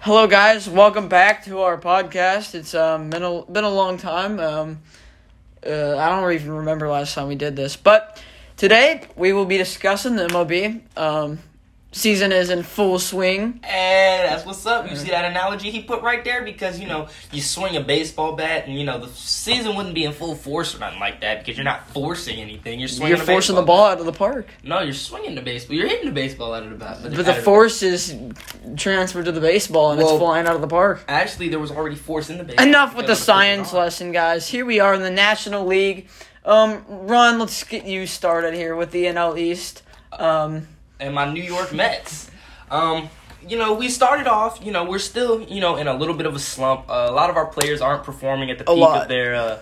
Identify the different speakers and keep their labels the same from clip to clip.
Speaker 1: Hello, guys. Welcome back to our podcast. It's um, been a been a long time. Um, uh, I don't even remember last time we did this, but today we will be discussing the MLB. Um, season is in full swing.
Speaker 2: And Eh, that's what's up. You
Speaker 1: Mm-hmm.
Speaker 2: see that analogy he put right there because you know you swing a baseball bat and you know the season wouldn't be in full force or nothing like that because you're not forcing anything. You're swinging.
Speaker 1: You're
Speaker 2: a
Speaker 1: forcing the
Speaker 2: baseball
Speaker 1: ball out of the park,
Speaker 2: bat. No, you're swinging the baseball. You're hitting the baseball out of the bat. But,
Speaker 1: but the force is transferred to the baseball and it's
Speaker 2: Well-
Speaker 1: flying out of the park.
Speaker 2: Actually, there was already force in the baseball.
Speaker 1: Enough with the
Speaker 2: because of
Speaker 1: science
Speaker 2: pitching on.
Speaker 1: lesson, guys. Here we are in the National League. Um, Ron, let's get you started here with the NL East. Um,
Speaker 2: and my New York Mets. Um, you know, we started off, you know, we're still, you know, in a little bit of a slump. Uh, a lot of our players aren't performing at the
Speaker 1: A
Speaker 2: peak
Speaker 1: lot.
Speaker 2: of their uh,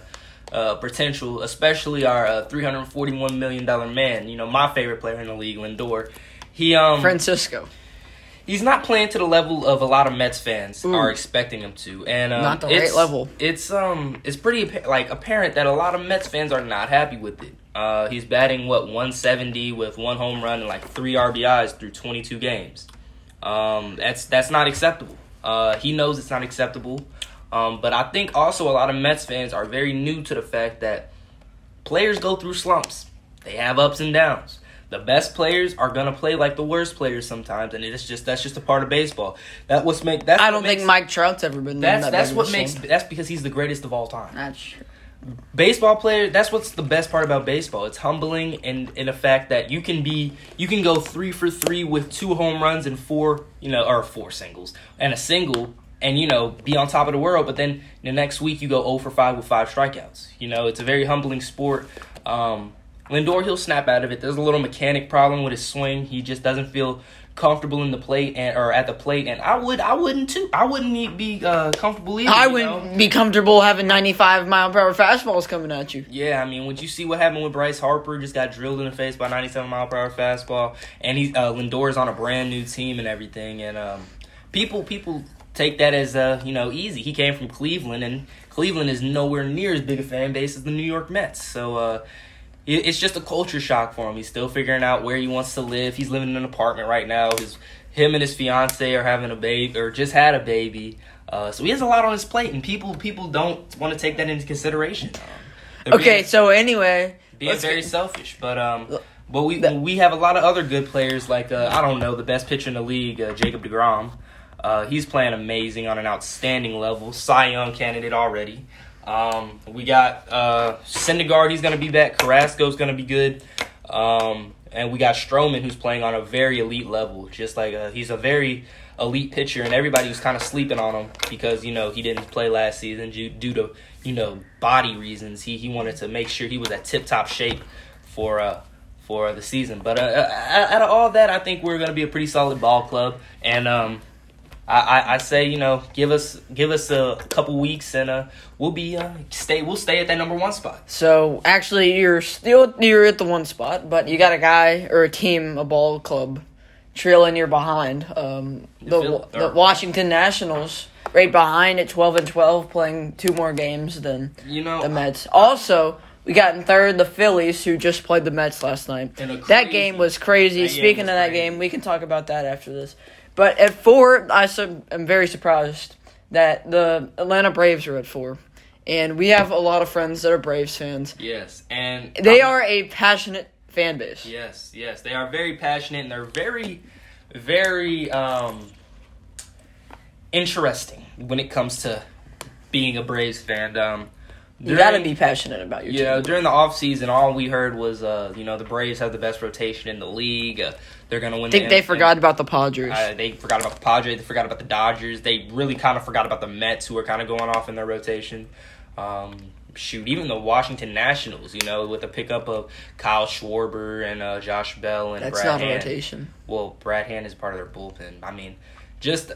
Speaker 2: uh, potential, especially our uh, $341 million man, you know, my favorite player in the league, Lindor. He um
Speaker 1: Francisco.
Speaker 2: he's not playing to the level of a lot of Mets fans
Speaker 1: Ooh.
Speaker 2: are expecting him to, and um,
Speaker 1: Mm. Not the right
Speaker 2: it's-
Speaker 1: level.
Speaker 2: It's um, it's pretty appa- like apparent that a lot of Mets fans are not happy with it. Uh, he's batting what 170 with one home run and like three RBIs through 22 games. Um, that's that's not acceptable. Uh, he knows it's not acceptable. Um, but I think also a lot of Mets fans are very new to the fact that players go through slumps. They have ups and downs. The best players are gonna play like the worst players sometimes, and it's just that's just a part of baseball. That what's make that's
Speaker 1: I
Speaker 2: what
Speaker 1: don't
Speaker 2: makes,
Speaker 1: think Mike Trout's ever been.
Speaker 2: that's
Speaker 1: that
Speaker 2: that's
Speaker 1: big of
Speaker 2: what
Speaker 1: a
Speaker 2: makes
Speaker 1: slump.
Speaker 2: that's because he's the greatest of all time.
Speaker 1: That's true.
Speaker 2: Baseball player, that's what's the best part about baseball. It's humbling and in the fact that you can be you can go three for three with two home runs and four you know or four singles and a single and you know be on top of the world, but then the next week you go 0 for five with five strikeouts. You know it's a very humbling sport. Um, Lindor he'll snap out of it. There's a little mechanic problem with his swing. He just doesn't feel comfortable in the plate and or at the plate. And I would I wouldn't too. I wouldn't be uh, comfortable either.
Speaker 1: I
Speaker 2: you
Speaker 1: wouldn't
Speaker 2: know?
Speaker 1: be comfortable having 95 mile per hour fastballs coming at you.
Speaker 2: Yeah, I mean, would you see what happened with Bryce Harper? Just got drilled in the face by 97 mile per hour fastball, and he uh, Lindor is on a brand new team and everything, and um, people people take that as uh, you know easy. He came from Cleveland, and Cleveland is nowhere near as big a fan base as the New York Mets, so. Uh, it- it's just a culture shock for him. He's still figuring out where he wants to live. He's living in an apartment right now. His him and his fiance are having a baby or just had a baby. Uh, so he has a lot on his plate, and people people don't want to take that into consideration. Um, they're
Speaker 1: Okay,
Speaker 2: being-
Speaker 1: so anyway,
Speaker 2: being
Speaker 1: let's
Speaker 2: very
Speaker 1: get-
Speaker 2: selfish. But um,
Speaker 1: Look,
Speaker 2: but we
Speaker 1: that-
Speaker 2: we have a lot of other good players like uh, I don't know the best pitcher in the league, uh, Jacob Degrom. Uh, he's playing amazing on an outstanding level. Cy Young candidate already. Um, we got uh, Syndergaard. He's gonna be back. Carrasco's gonna be good. Um, and we got Stroman, who's playing on a very elite level. Just like uh, he's a very elite pitcher, and everybody was kind of sleeping on him because you know he didn't play last season due, due to you know body reasons. He he wanted to make sure he was at tip top shape for uh for the season. But uh, uh, out of all that, I think we're gonna be a pretty solid ball club, and um. I, I, I say you know give us give us a couple weeks and uh we'll be uh stay we'll stay at that number one spot.
Speaker 1: so actually you're still you're at the one spot, but you got a guy or a team, a ball club, trailing you're behind. Um, the
Speaker 2: Phil-
Speaker 1: the
Speaker 2: or-
Speaker 1: Washington Nationals right behind at 12 and 12, playing two more games than
Speaker 2: You know
Speaker 1: the Mets. Also, we got in third the Phillies, who just played the Mets last night.
Speaker 2: And a
Speaker 1: That
Speaker 2: crazy-
Speaker 1: game was crazy.
Speaker 2: that game
Speaker 1: Speaking
Speaker 2: was
Speaker 1: of that
Speaker 2: crazy.
Speaker 1: game, we can talk about that after this. But at four, I su- am very surprised that the Atlanta Braves are at four, and we have a lot of friends that are Braves fans.
Speaker 2: Yes, and
Speaker 1: They
Speaker 2: I'm-
Speaker 1: are a passionate fan base.
Speaker 2: Yes, yes, they are very passionate and they're very, very um, interesting when it comes to being a Braves fan. Um,
Speaker 1: You gotta
Speaker 2: during-
Speaker 1: be passionate about your
Speaker 2: you know,
Speaker 1: team.
Speaker 2: during the offseason, all we heard was, uh, you know, the Braves have the best rotation in the league. Uh, they're gonna win.
Speaker 1: I think
Speaker 2: the
Speaker 1: they forgot about the Padres.
Speaker 2: uh, they forgot about the Padres. They forgot about the Dodgers. They really kind of forgot about the Mets, who are kind of going off in their rotation. Um, shoot, even the Washington Nationals, you know, with the pickup of Kyle Schwarber and uh, Josh Bell and
Speaker 1: That's
Speaker 2: Brad
Speaker 1: not a
Speaker 2: Hand.
Speaker 1: rotation.
Speaker 2: Well, Brad Hand is part of their bullpen. I mean, just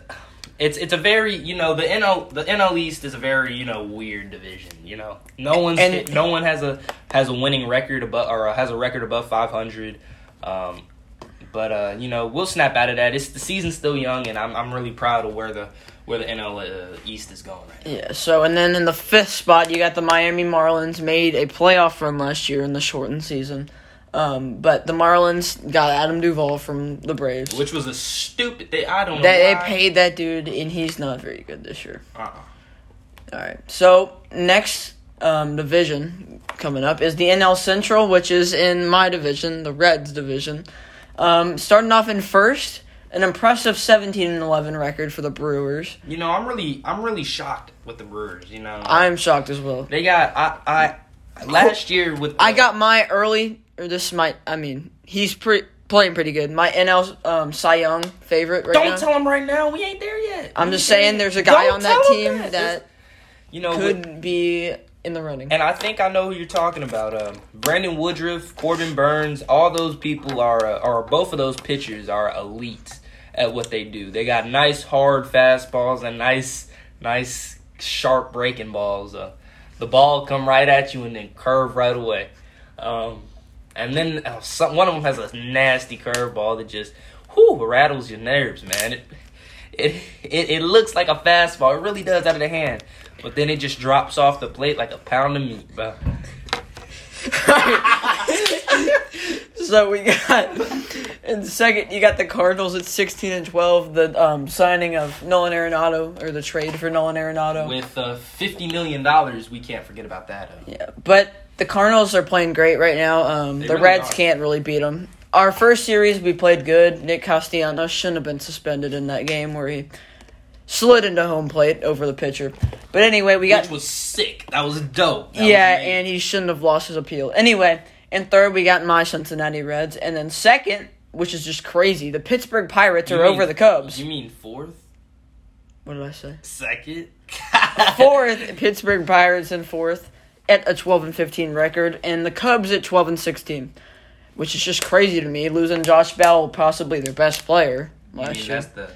Speaker 2: it's it's a very you know the NL the NL East is a very you know weird division. You know, no one's
Speaker 1: And-
Speaker 2: no one has a has a winning record above or has a record above five hundred. Um, but uh, you know we'll snap out of that. It's the season's still young, and I'm I'm really proud of where the where the NL uh, East is going right now.
Speaker 1: Yeah, so and then in the fifth spot, you got the Miami Marlins made a playoff run last year in the shortened season. Um, but the Marlins got Adam Duvall from the Braves.
Speaker 2: which was a stupid. They I don't know.
Speaker 1: They, they
Speaker 2: why.
Speaker 1: paid that dude, and he's not very good this year.
Speaker 2: Uh-uh.
Speaker 1: All right. So next um, division coming up is the NL Central, which is in my division, the Reds division. Um, starting off in first, an impressive seventeen and eleven record for the Brewers.
Speaker 2: You know, I'm really, I'm really shocked with the Brewers. You know,
Speaker 1: I'm shocked as well.
Speaker 2: they got I, I last year with
Speaker 1: I got my early, or this is my. I mean, he's pretty playing pretty good. My NL um, Cy Young favorite right
Speaker 2: Don't
Speaker 1: now.
Speaker 2: tell him right now. We ain't there yet.
Speaker 1: I'm
Speaker 2: We
Speaker 1: just
Speaker 2: ain't
Speaker 1: saying,
Speaker 2: there
Speaker 1: there's a
Speaker 2: yet.
Speaker 1: guy
Speaker 2: Don't
Speaker 1: on that
Speaker 2: tell him
Speaker 1: team
Speaker 2: that.
Speaker 1: that
Speaker 2: you know with-
Speaker 1: could be in the running.
Speaker 2: And I think I know who you're talking about. Um, Brandon Woodruff, Corbin Burns, all those people are, uh, are both of those pitchers are elite at what they do. They got nice hard fastballs and nice, nice sharp breaking balls. Uh, the ball come right at you and then curve right away. Um, and then uh, some, one of them has a nasty curveball that just, whew, rattles your nerves, man. It, it, it it looks like a fastball. It really does out of the hand, but then it just drops off the plate like a pound of meat, bro.
Speaker 1: so we got in second you got the Cardinals at sixteen and twelve, the um, signing of Nolan Arenado or the trade for Nolan Arenado.
Speaker 2: With uh, fifty million dollars, we can't forget about that. Uh,
Speaker 1: yeah, but the Cardinals are playing great right now. Um, the
Speaker 2: really
Speaker 1: Reds
Speaker 2: are.
Speaker 1: can't really beat them. Our first series we played good. Nick Castellanos shouldn't have been suspended in that game where he slid into home plate over the pitcher. But anyway, we got
Speaker 2: Which was sick. That was dope. That
Speaker 1: yeah,
Speaker 2: was amazing.
Speaker 1: and he shouldn't have lost his appeal. Anyway, and third, we got my Cincinnati Reds. And then second, which is just crazy, the Pittsburgh Pirates
Speaker 2: You
Speaker 1: are
Speaker 2: mean-
Speaker 1: over the Cubs.
Speaker 2: You mean fourth,
Speaker 1: what did I say?
Speaker 2: second,
Speaker 1: Fourth, Pittsburgh Pirates in fourth at a 12 and 15 record, and the Cubs at 12 and 16, which is just crazy to me, losing Josh Bell, possibly their best player
Speaker 2: I
Speaker 1: last
Speaker 2: mean,
Speaker 1: year.
Speaker 2: that's the.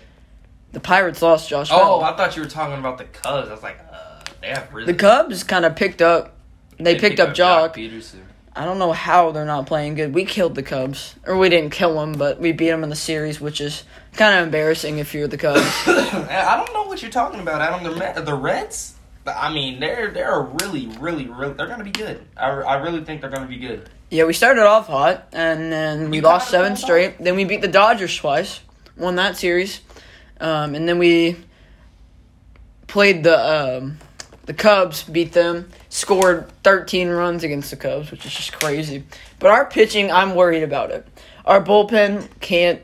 Speaker 1: The Pirates lost Josh
Speaker 2: Oh,
Speaker 1: Bell.
Speaker 2: I thought you were talking about the Cubs. I was like, uh, they have really.
Speaker 1: the Cubs kind of picked up. They, picked, up Jock.
Speaker 2: Peterson.
Speaker 1: I don't know how they're not playing good. We killed the Cubs, or we didn't kill them, but we beat them in the series, which is kind of embarrassing if you're the Cubs.
Speaker 2: I don't know what you're talking about, Adam. The Ma- the Reds. I mean, they're they're really, really, really. They're gonna be good. I, I really think they're gonna be good.
Speaker 1: yeah, we started off hot, and then we
Speaker 2: You
Speaker 1: lost
Speaker 2: kinda
Speaker 1: seven
Speaker 2: pulled
Speaker 1: straight. Then we beat the Dodgers twice, won that series, um, and then we played the um, the Cubs, beat them, scored 13 runs against the Cubs, which is just crazy. But our pitching, I'm worried about it. Our bullpen can't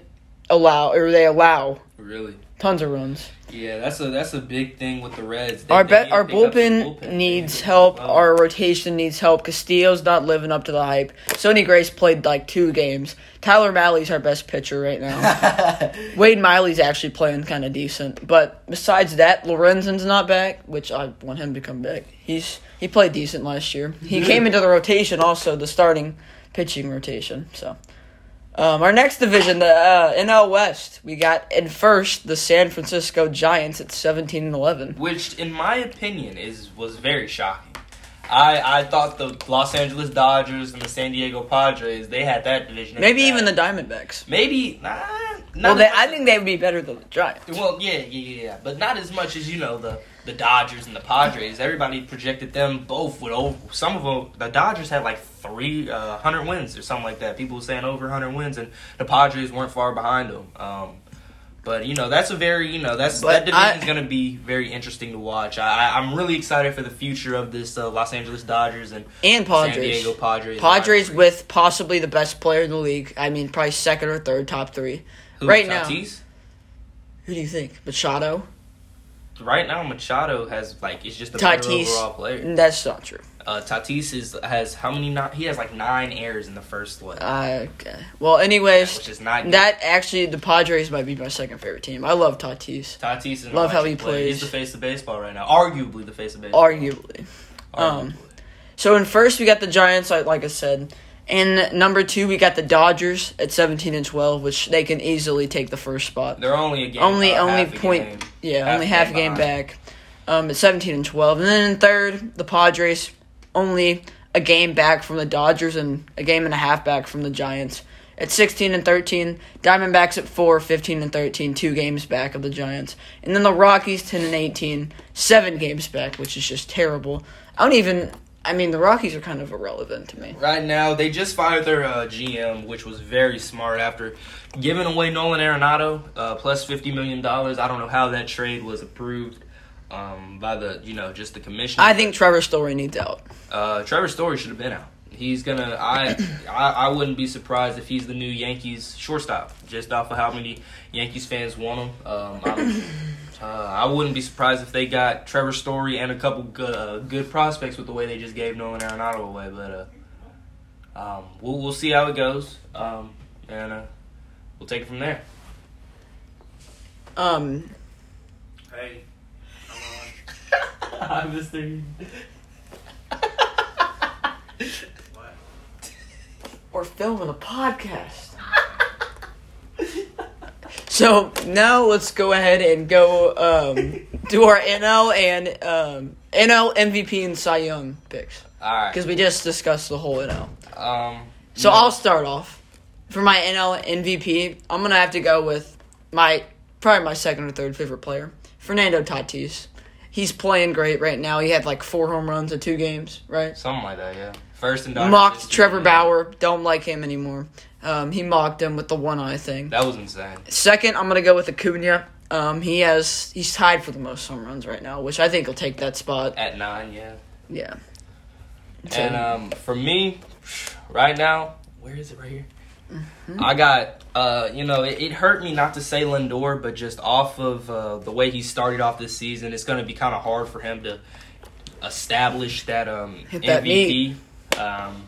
Speaker 1: allow, or they allow
Speaker 2: Really.
Speaker 1: tons of runs.
Speaker 2: Yeah, that's a that's a big thing with the Reds.
Speaker 1: our bet, our bullpen, needs help. Our rotation needs help. Castillo's not living up to the hype. Sony Grace played like two games. Tyler Malley's our best pitcher right now. Wade Miley's actually playing kind of decent, but besides that, Lorenzen's not back, which I want him to come back. He's he played decent last year. He came into the rotation also, the starting pitching rotation. So. Um, our next division, the uh, NL West, we got in first the San Francisco Giants at seventeen and eleven.
Speaker 2: which in my opinion is was very shocking. I I thought the Los Angeles Dodgers and the San Diego Padres they had that division.
Speaker 1: Maybe even the
Speaker 2: the
Speaker 1: Diamondbacks.
Speaker 2: maybe nah.
Speaker 1: Well,
Speaker 2: not
Speaker 1: they,
Speaker 2: as much
Speaker 1: I think they would be better than the Giants.
Speaker 2: Well, yeah, yeah, yeah, yeah, but not as much as you know the the Dodgers and the Padres. Everybody projected them both with over some of them. The Dodgers had like three uh, hundred wins or something like that. People were saying over hundred wins, and the Padres weren't far behind them. Um, but you know that's a very you know that's
Speaker 1: But
Speaker 2: that division's
Speaker 1: I-
Speaker 2: going to be very interesting to watch. I, I I'm really excited for the future of this uh, Los Angeles Dodgers and
Speaker 1: And
Speaker 2: San
Speaker 1: Padres.
Speaker 2: Diego Padres.
Speaker 1: Padres
Speaker 2: rivalry.
Speaker 1: with possibly the best player in the league. I mean, probably second or third, top three.
Speaker 2: Who,
Speaker 1: right now.
Speaker 2: Tatis?
Speaker 1: Who do you think? Machado?
Speaker 2: Right now, Machado has like it's just a better
Speaker 1: Tatis.
Speaker 2: overall player.
Speaker 1: That's not true.
Speaker 2: Uh, Tatis is has how many? Not he has like nine errors in the first one,
Speaker 1: Uh, okay. Well, anyways,
Speaker 2: which is not good.
Speaker 1: that actually, the Padres might be my second favorite team. I love Tatis.
Speaker 2: Tatis is an
Speaker 1: Love how
Speaker 2: electric
Speaker 1: he
Speaker 2: player.
Speaker 1: plays.
Speaker 2: He's the face of baseball right now, arguably the face of baseball.
Speaker 1: Arguably. um, So in first we got the Giants, like, like I said. In number two we got the Dodgers at seventeen and twelve, which they can easily take the first spot.
Speaker 2: they're only a game,
Speaker 1: only
Speaker 2: uh,
Speaker 1: only
Speaker 2: half a
Speaker 1: point
Speaker 2: game-
Speaker 1: yeah
Speaker 2: half
Speaker 1: only
Speaker 2: a
Speaker 1: half a
Speaker 2: game
Speaker 1: game
Speaker 2: behind.
Speaker 1: back um at 17 and 12 and then in third the padres only a game back from the dodgers and a game and a half back from the giants at 16 and 13 diamondbacks at 4 15 and 13 two games back of the giants and then the rockies 10 and 18 seven games back which is just terrible i don't even I mean, the Rockies are kind of irrelevant to me.
Speaker 2: Right now, they just fired their uh, GM, which was very smart after giving away Nolan Arenado uh, plus fifty million dollars. I don't know how that trade was approved um, by the you know just the commissioner.
Speaker 1: I think Trevor Story needs out.
Speaker 2: uh, Trevor Story should have been out. He's gonna. I, I I wouldn't be surprised if he's the new Yankees shortstop, just off of how many Yankees fans want him. Um, I'm- uh, I wouldn't be surprised if they got Trevor Story and a couple good, uh, good prospects with the way they just gave Nolan Arenado away. But uh, um, we'll we'll see how it goes, um, and uh, we'll take it from there.
Speaker 1: Um,
Speaker 2: Hey, come on. Hi, Mister.
Speaker 1: we're filming a podcast. so now let's go ahead and go um, do our NL and um, NL MVP and Cy Young picks
Speaker 2: All right.
Speaker 1: because we just discussed the whole NL.
Speaker 2: Um,
Speaker 1: So
Speaker 2: yeah.
Speaker 1: I'll start off for my NL MVP. I'm gonna have to go with my probably my second or third favorite player, Fernando Tatis. He's playing great right now. He had like four home runs in two games, right?
Speaker 2: Something like that, yeah. First and
Speaker 1: mocked Trevor Bauer. Don't like him anymore. Um, he mocked him with the one eye thing.
Speaker 2: That was insane.
Speaker 1: Second, I'm gonna go with Acuna. Um, he has he's tied for the most home runs right now, which I think he'll take that spot.
Speaker 2: At nine, yeah.
Speaker 1: Yeah.
Speaker 2: And um, for me, right now, where is it right here? I got, uh, you know, it, it hurt me not to say Lindor, but just off of uh, the way he started off this season, it's going to be kind of hard for him to establish that um,
Speaker 1: Hit that
Speaker 2: MVP. Um,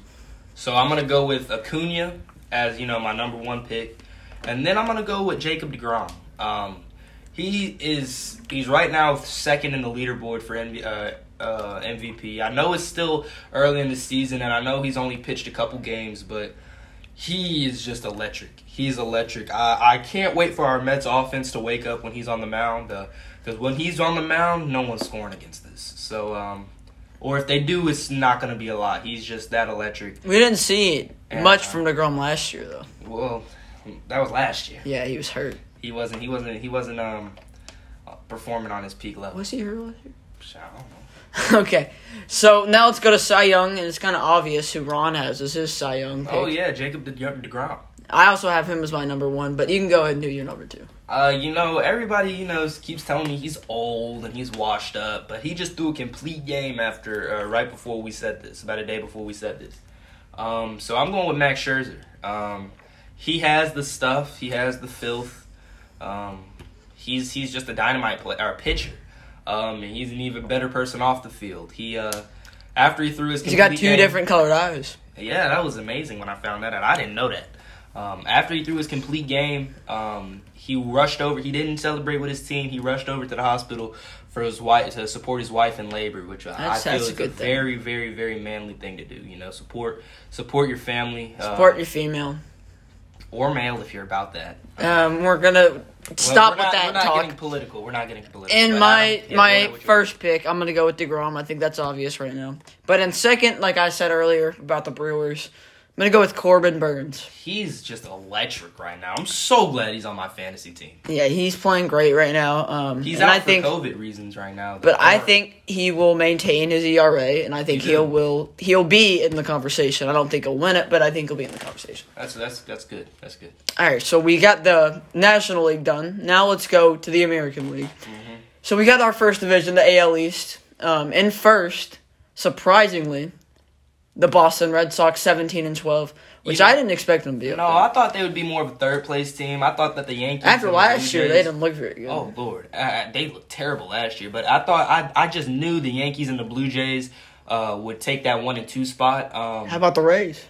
Speaker 2: so I'm going to go with Acuna as, you know, my number one pick. And then I'm going to go with Jacob DeGrom. Um, he is he's right now second in the leaderboard for NV, uh, uh, MVP. I know it's still early in the season, and I know he's only pitched a couple games, but he is just electric. He's electric. I, I can't wait for our Mets offense to wake up when he's on the mound. Because when he's on the mound, no one's scoring against this. So, um, or if they do, it's not going to be a lot. He's just that electric.
Speaker 1: we didn't see
Speaker 2: Yeah.
Speaker 1: much from Degrom last year though.
Speaker 2: Well, that was last year.
Speaker 1: Yeah, he was hurt.
Speaker 2: He wasn't. He wasn't. He wasn't um performing on his peak level.
Speaker 1: Was he hurt last year?
Speaker 2: So, I don't know.
Speaker 1: Okay, so now let's go to Cy Young, and it's kind of obvious who Ron has. This is Cy Young. Pick.
Speaker 2: Oh yeah, Jacob De- Degrom.
Speaker 1: I also have him as my number one, but you can go ahead and do your number two.
Speaker 2: Uh, you know, everybody you know keeps telling me he's old and he's washed up, but he just threw a complete game after uh, right before we said this, about a day before we said this. Um, so I'm going with Max Scherzer. Um, he has the stuff, he has the filth. Um, he's he's just a dynamite play, or pitcher. Um, and he's an even better person off the field. He uh, after he threw his
Speaker 1: He's got
Speaker 2: complete
Speaker 1: two
Speaker 2: game-
Speaker 1: different colored eyes.
Speaker 2: Yeah, that was amazing when I found that out. I didn't know that. Um, after he threw his complete game, um, he rushed over. He didn't celebrate with his team. He rushed over to the hospital for his wife to support his wife in labor, which I I
Speaker 1: That's-
Speaker 2: feel
Speaker 1: that's a
Speaker 2: is a,
Speaker 1: good thing.
Speaker 2: very, very, very manly thing to do. You know, support support your family, uh,
Speaker 1: Support your female.
Speaker 2: or male if you're about that.
Speaker 1: Um, we're gonna
Speaker 2: Well,
Speaker 1: stop with
Speaker 2: we're
Speaker 1: that
Speaker 2: not- We're
Speaker 1: and
Speaker 2: not
Speaker 1: talk.
Speaker 2: getting political. We're not getting political.
Speaker 1: In
Speaker 2: but I
Speaker 1: my
Speaker 2: don't- yeah, go ahead
Speaker 1: my
Speaker 2: with your-
Speaker 1: first pick, I'm gonna go with Degrom. I think that's obvious right now. But in second, like I said earlier about the Brewers, I'm gonna go with Corbin Burns.
Speaker 2: he's just electric right now. I'm so glad he's on my fantasy team.
Speaker 1: Yeah, he's playing great right now. Um,
Speaker 2: He's
Speaker 1: and
Speaker 2: out
Speaker 1: I
Speaker 2: for
Speaker 1: think
Speaker 2: COVID reasons right now,
Speaker 1: But I
Speaker 2: Or-
Speaker 1: think he will maintain his ERA, and I think
Speaker 2: He
Speaker 1: he will
Speaker 2: did.
Speaker 1: will he'll be in the conversation. I don't think he'll win it, but I think he'll be in the conversation.
Speaker 2: that's that's that's good. That's good.
Speaker 1: All right, so we got the National League done. Now let's go to the American League.
Speaker 2: Mm-hmm.
Speaker 1: So we got our first division, the AL East. Um, in first, surprisingly, the Boston Red Sox, seventeen and twelve, which
Speaker 2: You know-
Speaker 1: I didn't expect them to be. up
Speaker 2: No,
Speaker 1: there.
Speaker 2: I thought they would be more of a third place team. I thought that the Yankees
Speaker 1: After
Speaker 2: and the
Speaker 1: last
Speaker 2: Blue
Speaker 1: year, they
Speaker 2: Jays-
Speaker 1: didn't look very good.
Speaker 2: Oh Lord, I, I- they looked terrible last year. But I thought I I just knew the Yankees and the Blue Jays uh, would take that one and two spot. Um,
Speaker 1: How about the Rays?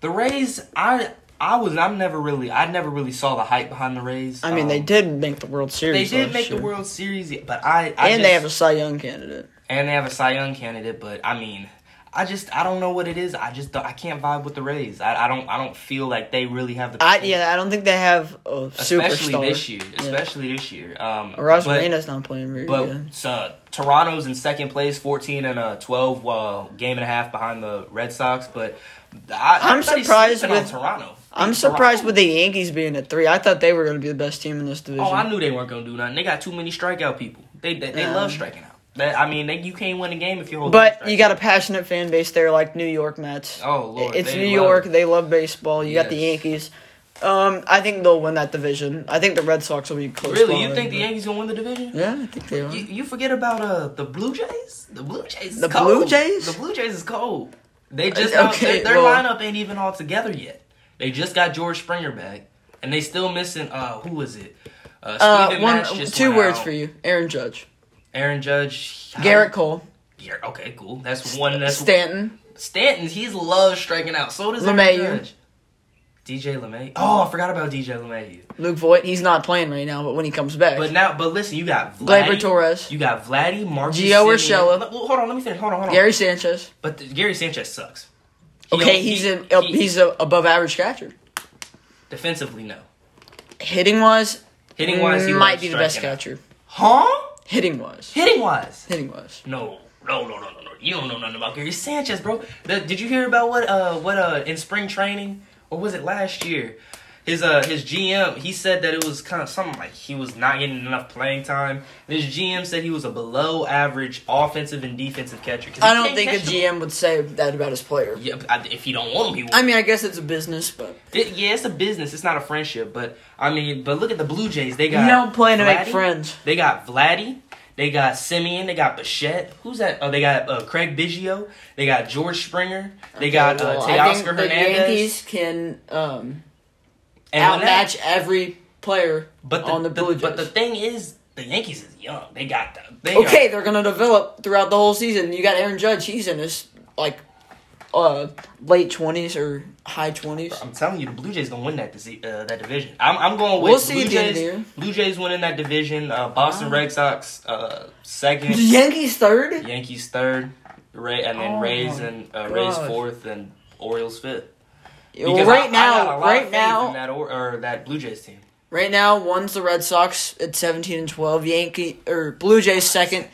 Speaker 2: the Rays, I I was I'm never really I never really saw the hype behind the Rays.
Speaker 1: I mean,
Speaker 2: Um,
Speaker 1: they did make the World
Speaker 2: they
Speaker 1: Series.
Speaker 2: did
Speaker 1: last
Speaker 2: make the
Speaker 1: year.
Speaker 2: World Series, but I, I
Speaker 1: and they
Speaker 2: just-
Speaker 1: have a Cy Young candidate.
Speaker 2: and they have a Cy Young candidate, but I mean, I just I don't know what it is. I just don't- I can't vibe with the Rays. I, I don't I don't feel like they really have the.
Speaker 1: I
Speaker 2: potential.
Speaker 1: yeah, I don't think they have a
Speaker 2: especially
Speaker 1: superstar.
Speaker 2: this year. Especially this year. Um,
Speaker 1: Ross
Speaker 2: but-
Speaker 1: Marina's not playing very
Speaker 2: But
Speaker 1: good.
Speaker 2: so, Toronto's in second place, fourteen and uh, twelve, uh, game and a half behind the Red Sox. But I,
Speaker 1: I'm
Speaker 2: everybody's
Speaker 1: surprised
Speaker 2: sleeping on
Speaker 1: with-
Speaker 2: Toronto.
Speaker 1: I'm surprised with the Yankees being at three. I thought they were going to be the best team in this division.
Speaker 2: Oh, I knew they weren't gonna do nothing. They got too many strikeout people. They they, they
Speaker 1: Um,
Speaker 2: love striking out. That, I mean, they, you can't win a game if you hold.
Speaker 1: But you got a passionate fan base there, like New York Mets.
Speaker 2: Oh lord,
Speaker 1: it's
Speaker 2: they
Speaker 1: New
Speaker 2: love
Speaker 1: York.
Speaker 2: it.
Speaker 1: They love baseball. You got the
Speaker 2: Yes.
Speaker 1: Yankees. Um, I think they'll win that division. I think the Red Sox will be close.
Speaker 2: Really, you
Speaker 1: following,
Speaker 2: think the
Speaker 1: but-
Speaker 2: Yankees gonna win the division?
Speaker 1: Yeah, I think they will.
Speaker 2: You, you forget about uh the Blue Jays. The Blue Jays. Is
Speaker 1: The
Speaker 2: cold.
Speaker 1: Blue Jays?
Speaker 2: The Blue Jays is cold. They
Speaker 1: Uh,
Speaker 2: just got-
Speaker 1: okay,
Speaker 2: their, their
Speaker 1: well-
Speaker 2: lineup ain't even all together yet. They just got George Springer back, and they still missing uh who was it? Uh,
Speaker 1: Uh,
Speaker 2: Steven
Speaker 1: one,
Speaker 2: Matz just
Speaker 1: two
Speaker 2: went
Speaker 1: words
Speaker 2: out.
Speaker 1: for you: Aaron Judge,
Speaker 2: Aaron Judge,
Speaker 1: Garrett Cole,
Speaker 2: Yeah, okay, cool. That's one. That's
Speaker 1: Stanton.
Speaker 2: Stanton, he's loves striking out. So does
Speaker 1: LeMahieu.
Speaker 2: LeMayu. Judge. DJ LeMayu. Oh, I forgot about DJ LeMayu.
Speaker 1: Luke Voigt. He's not playing right now, but when he comes back,
Speaker 2: But now, but listen, you got
Speaker 1: Gleyber
Speaker 2: Vladdy.
Speaker 1: Torres,
Speaker 2: You got Vladdy, Marcus
Speaker 1: Gio
Speaker 2: Simeon.
Speaker 1: Urshela.
Speaker 2: Let- Well, hold on, let me finish. Hold on, hold on.
Speaker 1: Gary Sanchez.
Speaker 2: But the, Gary Sanchez sucks. He
Speaker 1: Okay,
Speaker 2: don't-
Speaker 1: he's
Speaker 2: he-
Speaker 1: an
Speaker 2: he-
Speaker 1: he's a above average catcher.
Speaker 2: defensively no.
Speaker 1: Hitting wise,
Speaker 2: Hitting wise, he
Speaker 1: Mm, might
Speaker 2: loves
Speaker 1: be the best
Speaker 2: striking out.
Speaker 1: catcher.
Speaker 2: Huh?
Speaker 1: Hitting wise,
Speaker 2: Hitting wise.
Speaker 1: hitting wise.
Speaker 2: No, no, no, no, no, no. You don't know nothing about Gary Sanchez, bro. The, did you hear about what uh what uh in spring training or was it last year? His uh his GM he said that it was kind of something like he was not getting enough playing time. And his GM said he was a below average offensive and defensive catcher. 'cause he
Speaker 1: I don't
Speaker 2: can't
Speaker 1: think a
Speaker 2: catch the ball.
Speaker 1: GM would say that about his player.
Speaker 2: Yeah, but I- if you don't want him, he will.
Speaker 1: I mean, I guess it's a business, but
Speaker 2: It- yeah, it's a business. It's not a friendship. But I mean, but look at the Blue Jays. They
Speaker 1: you
Speaker 2: got
Speaker 1: don't play to make
Speaker 2: Vladdy.
Speaker 1: friends.
Speaker 2: They got Vladdy. They got Simeon. They got Bichette. Who's that? Oh, they got uh, Craig Biggio. They got George Springer. They got uh,
Speaker 1: Well, I think
Speaker 2: Teoscar
Speaker 1: the
Speaker 2: Hernandez.
Speaker 1: Yankees can um,
Speaker 2: And when that-
Speaker 1: outmatch every player
Speaker 2: but the,
Speaker 1: on the
Speaker 2: the-
Speaker 1: Blue Jays.
Speaker 2: But the thing is, the Yankees is young. They got the. They
Speaker 1: okay,
Speaker 2: Are,
Speaker 1: they're gonna develop throughout the whole season. You got Aaron Judge; he's in his like uh, late twenties or high twenties.
Speaker 2: I'm telling you, the Blue Jays gonna win that dise- uh, that division. I'm, I'm going with
Speaker 1: We'll see
Speaker 2: Blue
Speaker 1: at the end
Speaker 2: Jays.
Speaker 1: of the year.
Speaker 2: Blue Jays winning that division. Uh, Boston
Speaker 1: Wow.
Speaker 2: Red Sox uh, second.
Speaker 1: The Yankees third.
Speaker 2: Yankees third, Ray, and then
Speaker 1: Oh
Speaker 2: Rays
Speaker 1: my
Speaker 2: and uh, Rays
Speaker 1: gosh.
Speaker 2: fourth, and Orioles fifth.
Speaker 1: Well,
Speaker 2: Because I-
Speaker 1: right
Speaker 2: I got a
Speaker 1: now,
Speaker 2: lot of
Speaker 1: right
Speaker 2: faith
Speaker 1: now,
Speaker 2: in that or, or that Blue Jays team.
Speaker 1: right now, one's the Red Sox at seventeen and twelve. Yankee or Blue Jays second,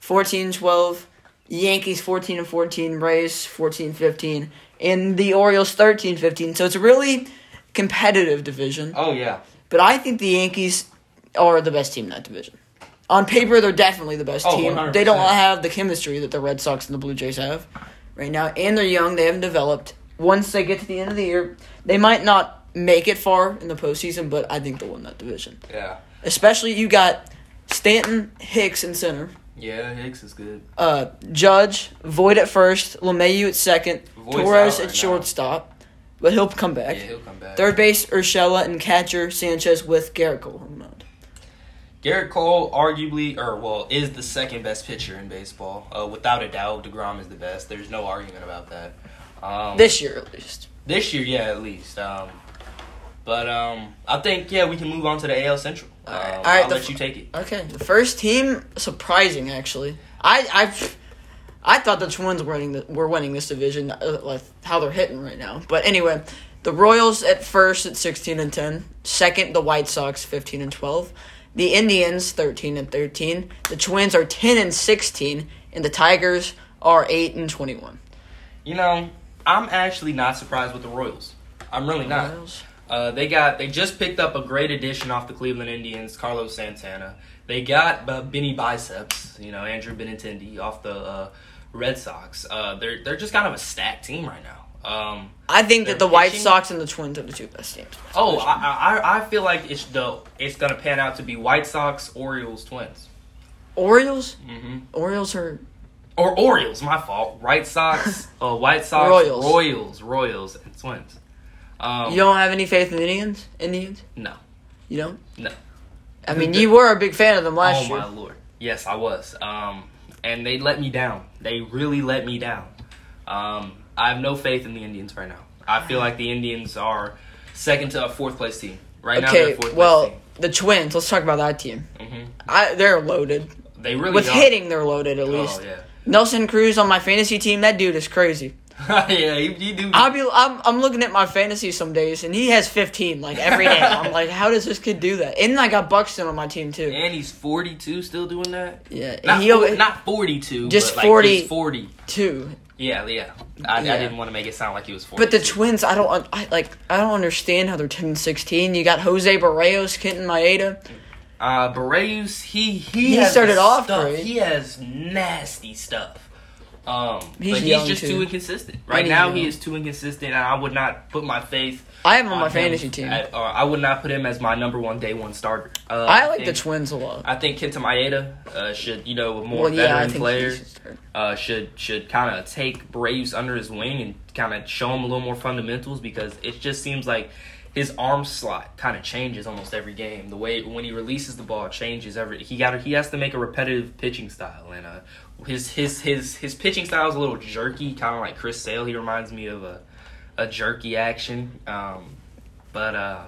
Speaker 1: 14 12 yankees 14 and 14 rays 14 15 and the orioles 13 15 so it's a really competitive division
Speaker 2: Oh yeah,
Speaker 1: but i think the yankees are the best team in that division on paper they're definitely the best
Speaker 2: Oh,
Speaker 1: team they don't
Speaker 2: 100%.
Speaker 1: have the chemistry that the red sox and the blue jays have right now and they're young they haven't developed once they get to the end of the year they might not make it far in the postseason but i think they'll win that division
Speaker 2: yeah,
Speaker 1: especially you got stanton hicks in center
Speaker 2: yeah. Hicks is good.
Speaker 1: uh, Judge, Void at first, LeMayu at second,
Speaker 2: Voight's
Speaker 1: Torres
Speaker 2: out
Speaker 1: at
Speaker 2: right now.
Speaker 1: shortstop, but he'll come
Speaker 2: Yeah,
Speaker 1: back.
Speaker 2: he'll come back.
Speaker 1: Third base, Urshela, and catcher Sanchez with Garrett Cole. on the mound.
Speaker 2: Garrett Cole, arguably, or well, is the second best pitcher in baseball, uh, without a doubt. Degrom is the best. There's no argument about that. Um,
Speaker 1: This year, at least.
Speaker 2: this year, yeah, at least. Um, but um, I think yeah, we can move on to the AL Central. Um,
Speaker 1: Alright, alright,
Speaker 2: I'll
Speaker 1: the
Speaker 2: let
Speaker 1: f-
Speaker 2: you take it.
Speaker 1: Okay, the first team, surprising actually. I I I thought the Twins were winning the, were winning this division, uh, like how they're hitting right now. But anyway, the Royals at first at sixteen and 10. Second, the White Sox fifteen and twelve. The Indians thirteen and thirteen. The Twins are ten and sixteen, and the Tigers are eight and twenty one.
Speaker 2: You know, I'm actually not surprised with the Royals. I'm really not.
Speaker 1: Uh-huh.
Speaker 2: Uh, they got they just picked up a great addition off the Cleveland Indians, Carlos Santana. They got uh, Benny Biceps, you know Andrew Benintendi off the uh, Red Sox. Uh, they're they're just kind of a stacked team right now. Um,
Speaker 1: I think that
Speaker 2: They're
Speaker 1: the White
Speaker 2: pitching-
Speaker 1: Sox and the Twins are the two best teams.
Speaker 2: oh, I, I I feel like it's the it's gonna pan out to be White Sox, Orioles, Twins,
Speaker 1: Orioles,
Speaker 2: hmm
Speaker 1: Orioles are
Speaker 2: or Orioles. My fault. White Sox, uh, White Sox,
Speaker 1: Royals.
Speaker 2: Royals, Royals, and Twins. Um,
Speaker 1: you don't have any faith in the Indians? Indians,
Speaker 2: no.
Speaker 1: you don't.
Speaker 2: No.
Speaker 1: I mean, you were a big fan of them last
Speaker 2: oh
Speaker 1: year.
Speaker 2: my lord! Yes, I was. Um, and they let me down. They really let me down. Um, I have no faith in the Indians right now. I feel like the Indians are second to a fourth place team right now. They're
Speaker 1: Okay,
Speaker 2: a fourth
Speaker 1: well,
Speaker 2: place
Speaker 1: the Twins. Let's talk about that team.
Speaker 2: team. hmm
Speaker 1: I they're loaded
Speaker 2: they really
Speaker 1: with
Speaker 2: are.
Speaker 1: hitting. They're loaded at
Speaker 2: Oh
Speaker 1: least.
Speaker 2: yeah,
Speaker 1: Nelson Cruz on my fantasy team. That dude is crazy.
Speaker 2: yeah. You, you do.
Speaker 1: I'll be I'm I'm looking at my fantasy some days and he has 15 like every day. I'm like, how does this kid do that? And I got Buxton on my team too.
Speaker 2: and he's forty-two, still doing that.
Speaker 1: Yeah, and
Speaker 2: Not,
Speaker 1: he
Speaker 2: four-
Speaker 1: over
Speaker 2: not forty-two,
Speaker 1: Just
Speaker 2: but, like,
Speaker 1: 40.
Speaker 2: he's forty.
Speaker 1: two.
Speaker 2: Yeah, yeah. I,
Speaker 1: Yeah.
Speaker 2: I didn't want to make it sound like he was forty.
Speaker 1: But the Twins, I don't un- I like I don't understand how they're 10 and 16. You got Jose Barrios, Kenton Maeda.
Speaker 2: Uh, Baraves, he he,
Speaker 1: He
Speaker 2: has
Speaker 1: started
Speaker 2: the
Speaker 1: off
Speaker 2: stuff.
Speaker 1: great.
Speaker 2: He has nasty stuff. Um,
Speaker 1: He's
Speaker 2: but he's
Speaker 1: young,
Speaker 2: just
Speaker 1: too.
Speaker 2: too inconsistent. Right
Speaker 1: he's
Speaker 2: now, he
Speaker 1: young.
Speaker 2: is too inconsistent, and I would not put my faith
Speaker 1: I have him on my
Speaker 2: him
Speaker 1: fantasy team.
Speaker 2: at- or I would not put him as my number one day one starter. Uh,
Speaker 1: I like the
Speaker 2: think-
Speaker 1: Twins a lot.
Speaker 2: I think Kenta Maeda uh, should, you know, with more
Speaker 1: Well, yeah, I
Speaker 2: veteran
Speaker 1: think
Speaker 2: players,
Speaker 1: he's
Speaker 2: uh, should should kind of take Braves under his wing and kind of show him a little more fundamentals because it just seems like his arm slot kind of changes almost every game. The way when he releases the ball changes every. He got he has to make a repetitive pitching style and uh, his his his his pitching style is a little jerky, kind of like Chris Sale. He reminds me of a a jerky action. Um, but uh,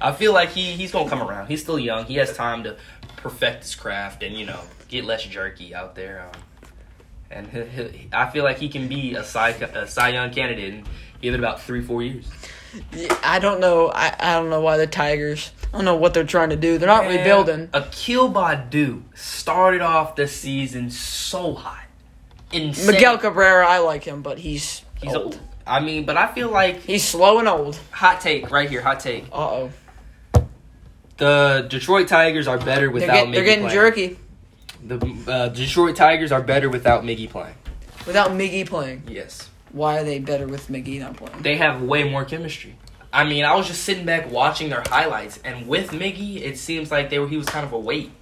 Speaker 2: I feel like he he's gonna come around. He's still young. He has time to perfect his craft and you know get less jerky out there. Um, and he, he, I feel like he can be a Cy, a Cy Young candidate in give it about three four years.
Speaker 1: Yeah, I don't know. I, I don't know why the Tigers. I don't know what they're trying to do. They're not rebuilding.
Speaker 2: Akil Badu started off the season so hot. Insane.
Speaker 1: Miguel Cabrera, I like him, but he's
Speaker 2: He's
Speaker 1: old.
Speaker 2: old. I mean, but I feel like
Speaker 1: He's slow and old.
Speaker 2: hot take right here. Hot take.
Speaker 1: Uh oh.
Speaker 2: The Detroit Tigers are better
Speaker 1: They're,
Speaker 2: without
Speaker 1: get,
Speaker 2: Miggy
Speaker 1: they're getting jerky
Speaker 2: playing. The uh, Detroit Tigers are better without Miggy playing.
Speaker 1: without Miggy playing.
Speaker 2: Yes.
Speaker 1: Why are they better with Miggy not playing?
Speaker 2: they have way more chemistry. I mean, I was just sitting back watching their highlights, and with Miggy, it seems like they were he was kind of a weight,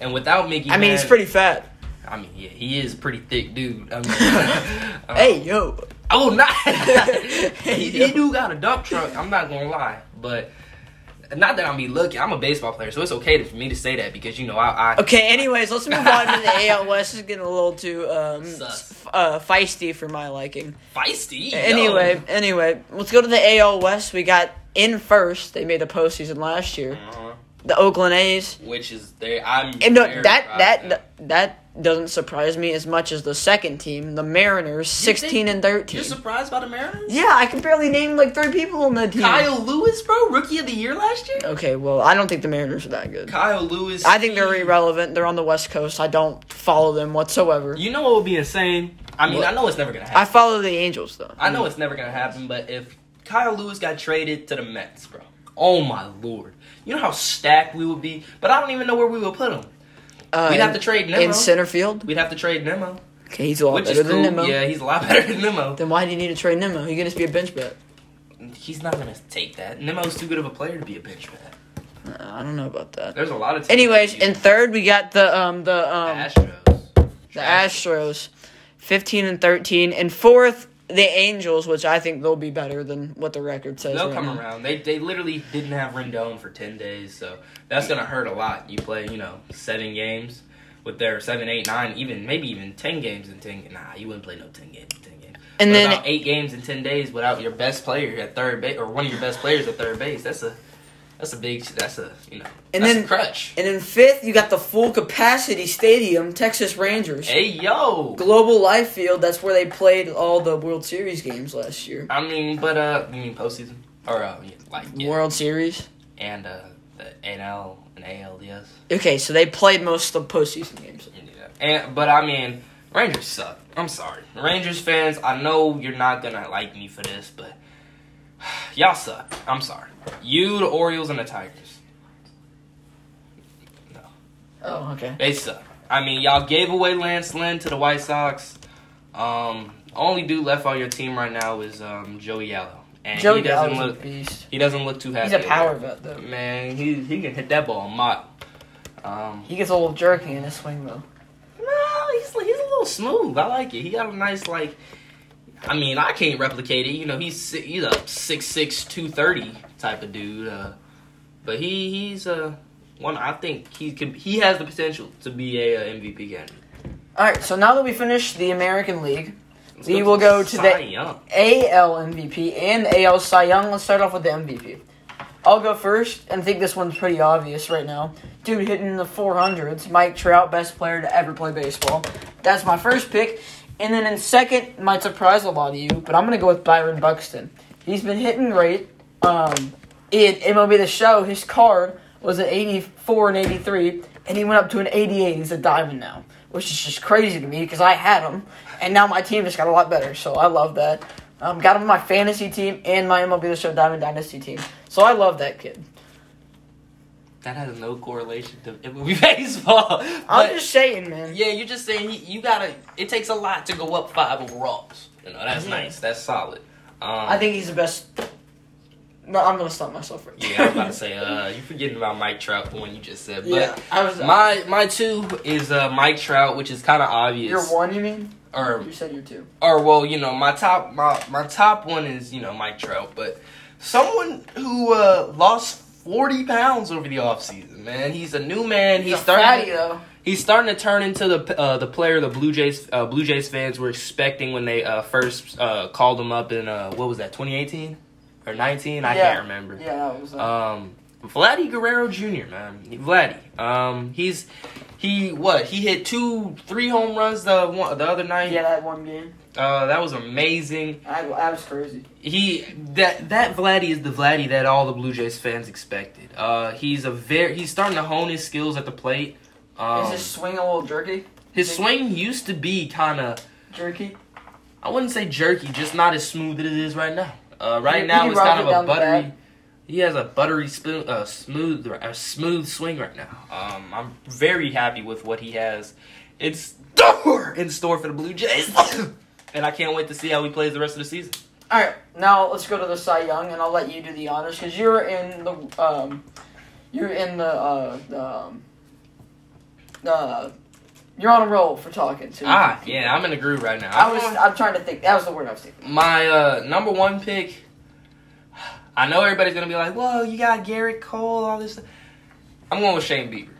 Speaker 2: and without Miggy,
Speaker 1: I mean, he's
Speaker 2: man-
Speaker 1: pretty fat.
Speaker 2: I mean, yeah, he is a pretty thick, dude. I mean, um,
Speaker 1: Hey yo,
Speaker 2: oh, not
Speaker 1: Hey,
Speaker 2: he,
Speaker 1: yo.
Speaker 2: he do got a dump truck. I'm not gonna lie, but not that I'm be looking. I'm a baseball player, so it's okay for me to say that because you know I, I
Speaker 1: Okay, anyways, let's move on to the AL West. This is getting a little too um,
Speaker 2: Sus.
Speaker 1: f- uh, feisty for my liking.
Speaker 2: feisty. yo.
Speaker 1: Anyway, anyway, let's go to the AL West. We got in first. They made the postseason last year.
Speaker 2: Uh-huh.
Speaker 1: The Oakland A's.
Speaker 2: which is there. I'm
Speaker 1: And no,
Speaker 2: very
Speaker 1: that
Speaker 2: proud
Speaker 1: that
Speaker 2: of
Speaker 1: that, doesn't surprise me as much as the second team, the Mariners, sixteen and thirteen.
Speaker 2: You're surprised by the Mariners?
Speaker 1: yeah, I can barely name like three people on that team.
Speaker 2: Kyle Lewis, bro, rookie of the year last year.
Speaker 1: Okay, well, I don't think the Mariners are that good.
Speaker 2: Kyle Lewis.
Speaker 1: I think they're
Speaker 2: he-
Speaker 1: irrelevant. They're on the West Coast. I don't follow them whatsoever.
Speaker 2: You know what would be insane? I mean,
Speaker 1: What?
Speaker 2: I know it's never gonna happen.
Speaker 1: I follow the Angels though.
Speaker 2: I know it's never gonna happen, but if Kyle Lewis got traded to the Mets, bro, oh my lord, you know how stacked we would be. But I don't even know where we would put him.
Speaker 1: Uh,
Speaker 2: We'd have to trade Nemo.
Speaker 1: in center field.
Speaker 2: We'd have to trade Nemo,
Speaker 1: Okay, he's a lot
Speaker 2: which
Speaker 1: better
Speaker 2: is
Speaker 1: than
Speaker 2: cool.
Speaker 1: Nemo.
Speaker 2: Yeah, he's a lot better than Nemo.
Speaker 1: Then why do you need to trade Nemo? He can just be a bench bet.
Speaker 2: He's not gonna take that. Nemo's too good of a player to be a bench man.
Speaker 1: Uh, I don't know about that.
Speaker 2: There's a lot of. teams
Speaker 1: Anyways,
Speaker 2: that do
Speaker 1: in third we got the um the
Speaker 2: that.
Speaker 1: um
Speaker 2: Astros.
Speaker 1: the Astros, fifteen and thirteen, and fourth the Angels, which I think they'll be better than what the record says.
Speaker 2: They'll
Speaker 1: right
Speaker 2: come
Speaker 1: now.
Speaker 2: around. They they literally didn't have Rendon for ten days, so that's gonna hurt a lot. You play, you know, seven games with their seven, eight, nine, even maybe even ten games in ten. Nah, you wouldn't play no ten games in ten games.
Speaker 1: And
Speaker 2: But
Speaker 1: then-
Speaker 2: about eight games in ten days without your best player at third base or one of your best players at third base. That's a that's a big that's a you know
Speaker 1: And
Speaker 2: that's
Speaker 1: then-
Speaker 2: a crutch.
Speaker 1: And in fifth you got the full capacity stadium, Texas Rangers.
Speaker 2: Hey yo.
Speaker 1: Global Life Field, that's where they played all the World Series games last year.
Speaker 2: I mean, but uh, you mean postseason or uh, yeah, like yeah.
Speaker 1: World Series?
Speaker 2: and uh, the NL and ALDS.
Speaker 1: Okay, so they played most of the postseason games.
Speaker 2: Yeah. And but I mean, Rangers suck. I'm sorry, Rangers fans. I know you're not gonna like me for this, but y'all suck. I'm sorry. You, the Orioles, and the Tigers. No,
Speaker 1: Oh, okay.
Speaker 2: they suck. I mean, y'all gave away Lance Lynn to the White Sox. Um, only dude left on your team right now is um Joey Gallo, and
Speaker 1: Joe
Speaker 2: he doesn't
Speaker 1: Gallo's
Speaker 2: look
Speaker 1: a beast.
Speaker 2: he doesn't look too happy.
Speaker 1: He's a power
Speaker 2: about
Speaker 1: vet, though.
Speaker 2: it. Man, he he can hit that ball, Mott. Um,
Speaker 1: He gets a little jerky in his swing, though.
Speaker 2: No, he's he's a little smooth. I like it. He got a nice like. I mean, I can't replicate it. You know, he's si- he's a six six two thirty type of dude. Uh, but he he's uh, one. I think he can. He has the potential to be a, uh MVP candidate.
Speaker 1: All right, so now that we finished the American League,
Speaker 2: Let's
Speaker 1: We will go to
Speaker 2: Cy
Speaker 1: the-
Speaker 2: Young.
Speaker 1: AL MVP and AL Cy Young, let's start off with the MVP. I'll go first, and I think this one's pretty obvious right now. Dude hitting in the 400s, Mike Trout, best player to ever play baseball. That's my first pick. And then in second, might surprise a lot of you, but I'm going to go with Byron Buxton. He's been hitting great. Um, in MLB The Show, his card was an 84 and 83, and he went up to an 88. He's a diamond now, which is just crazy to me because I had him, and now my team just got a lot better, so I love that. Um, got him on my fantasy team and my MLB The Show Diamond Dynasty team, so I love that kid.
Speaker 2: That has no correlation to MLB baseball.
Speaker 1: I'm
Speaker 2: But-
Speaker 1: just saying, man.
Speaker 2: Yeah, you're just saying you, you gotta. It takes a lot to go up five overalls. You know that's
Speaker 1: Mhm.
Speaker 2: nice. That's solid. Um,
Speaker 1: I think he's the best. No, I'm gonna stop myself right
Speaker 2: Yeah, I was about to say. Uh, you forgetting about Mike Trout, the one you just said. But
Speaker 1: yeah, I was. uh,
Speaker 2: my my two is uh, Mike Trout, which is kind of obvious.
Speaker 1: you're one, you mean?
Speaker 2: Or
Speaker 1: you said you're two.
Speaker 2: or well, you know, my top my my top one is you know Mike Trout, but someone who uh, lost. 40 pounds over the offseason, man. He's a new man. He's,
Speaker 1: He's a
Speaker 2: starting.
Speaker 1: fatty uh, though.
Speaker 2: He's starting to turn into the uh, the player the Blue Jays uh, Blue Jays fans were expecting when they uh, first uh, called him up in uh, what was that 2018 or 19? I
Speaker 1: Yeah.
Speaker 2: can't remember.
Speaker 1: Yeah, that was. Uh,
Speaker 2: Um, Vladdy Guerrero Jr. Man, Vladdy. Um, he's he what he hit two three home runs the one the other night.
Speaker 1: yeah, that one game.
Speaker 2: Uh, that was amazing.
Speaker 1: I, I was crazy.
Speaker 2: He that that Vladdy is the Vladdy that all the Blue Jays fans expected. Uh, he's a very he's starting to hone his skills at the plate. Um,
Speaker 1: Is his swing a little jerky?
Speaker 2: his swing used to be kind of,
Speaker 1: Jerky.
Speaker 2: I wouldn't say jerky, just not as smooth as it is right now. Uh,
Speaker 1: You-
Speaker 2: right
Speaker 1: you
Speaker 2: now,
Speaker 1: can
Speaker 2: it's
Speaker 1: rock
Speaker 2: kind
Speaker 1: it
Speaker 2: of a
Speaker 1: down the
Speaker 2: buttery. He has a buttery, spoon, uh, smooth, a smooth swing right now. Um, I'm very happy with what he has. It's store in store for the Blue Jays, and I can't wait to see how he plays the rest of the season.
Speaker 1: All right, now let's go to the Cy Young, and I'll let you do the honors because you're in the um, you're in the uh, the um, the you're on a roll for talking. So you
Speaker 2: Ah,
Speaker 1: can-
Speaker 2: yeah, I'm in a groove right now.
Speaker 1: I was I'm trying to think. That was the word I was thinking.
Speaker 2: my uh, number one pick. I know everybody's gonna be like, "Whoa, you got Garrett Cole, all this." Stuff. I'm going with Shane Bieber.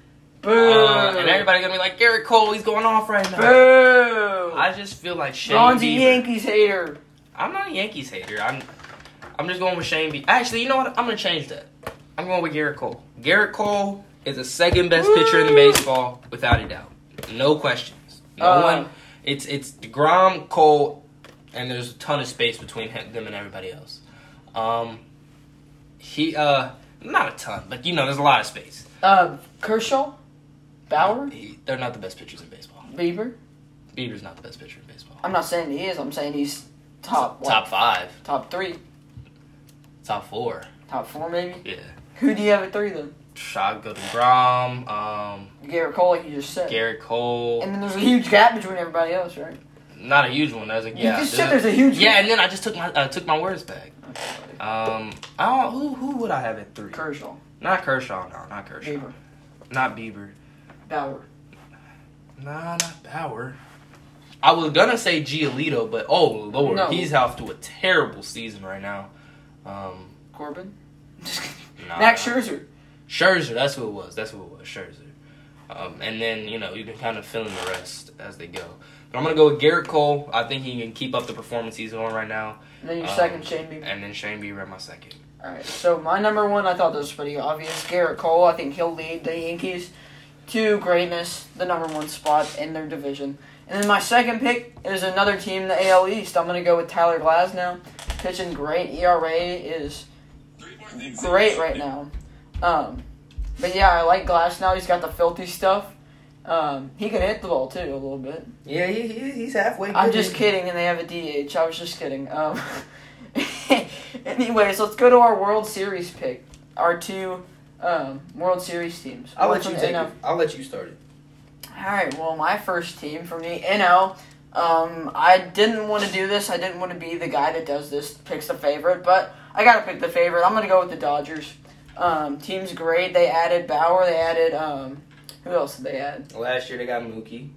Speaker 1: Boo!
Speaker 2: Uh, and everybody gonna be like, Garrett Cole, he's going off right
Speaker 1: Boo!
Speaker 2: now. I just feel like Shane
Speaker 1: Ron's a
Speaker 2: Bieber.
Speaker 1: Yankees hater.
Speaker 2: I'm not a Yankees hater. I'm I'm just going with Shane Bieber. Actually, you know what? I'm gonna change that. I'm going with Garrett Cole. Garrett Cole is the second best pitcher in the
Speaker 1: Woo!
Speaker 2: baseball, without a doubt. No questions. No
Speaker 1: Uh,
Speaker 2: one. It's it's Degrom, Cole, and there's a ton of space between him, them and everybody else. Um, he uh not a ton, but you know there's a lot of space.
Speaker 1: Uh, Kershaw, Bauer,
Speaker 2: He- they're not the best pitchers in baseball.
Speaker 1: Bieber.
Speaker 2: Bieber's not the best pitcher in baseball.
Speaker 1: I'm not saying he is. I'm saying he's top what?
Speaker 2: top five,
Speaker 1: top three,
Speaker 2: top four.
Speaker 1: top four maybe.
Speaker 2: Yeah,
Speaker 1: Who do you have at three then?
Speaker 2: I'd go to Grom, um,
Speaker 1: Garrett Cole, like you just said.
Speaker 2: Garrett Cole.
Speaker 1: And then there's a huge gap between everybody else, right?
Speaker 2: not a huge one. There's a yeah.
Speaker 1: you just said
Speaker 2: there's
Speaker 1: there's a
Speaker 2: a-
Speaker 1: huge
Speaker 2: yeah,
Speaker 1: gap.
Speaker 2: and then I just took my uh, took my words back. Um, I don't, who who would I have at three?
Speaker 1: Kershaw,
Speaker 2: not Kershaw, no, not Kershaw,
Speaker 1: Bieber,
Speaker 2: not Bieber,
Speaker 1: Bauer.
Speaker 2: nah, not Bauer. I was gonna say Giolito, but oh lord,
Speaker 1: No.
Speaker 2: he's off to a terrible season right now. Um,
Speaker 1: Corbin.
Speaker 2: nah,
Speaker 1: Max
Speaker 2: nah.
Speaker 1: Scherzer.
Speaker 2: Scherzer, that's who it was. That's who it was, Scherzer. Um, and then, you know, you can kind of fill in the rest as they go. But I'm going to go with Garrett Cole. I think he can keep up the performance he's on right now.
Speaker 1: And then your
Speaker 2: Um,
Speaker 1: second, Shane Bieber.
Speaker 2: And then Shane Bieber at my second.
Speaker 1: Alright, so my number one, I thought this was pretty obvious. Garrett Cole, I think he'll lead the Yankees to greatness, the number one spot in their division. And then my second pick is another team, the AL East. I'm going to go with Tyler Glasnow. Pitching great. ERA is great right now. Um, but yeah, I like Glass now. He's got the filthy stuff. Um, he can hit the ball too a little bit.
Speaker 2: Yeah, he, he, he's halfway
Speaker 1: I'm just kidding, and they have a DH. I was just kidding. Um, anyways, let's go to our World Series pick. Our two um, World Series teams. One from the NL.
Speaker 2: I'll let you start it.
Speaker 1: All right. Well, my first team for me, NL. Um, I didn't want to do this. I didn't want to be the guy that does this, picks the favorite, but I gotta pick the favorite. I'm gonna go with the Dodgers. Um, team's great. They added Bauer. They added um, who else did they add?
Speaker 2: Last year they got Mookie.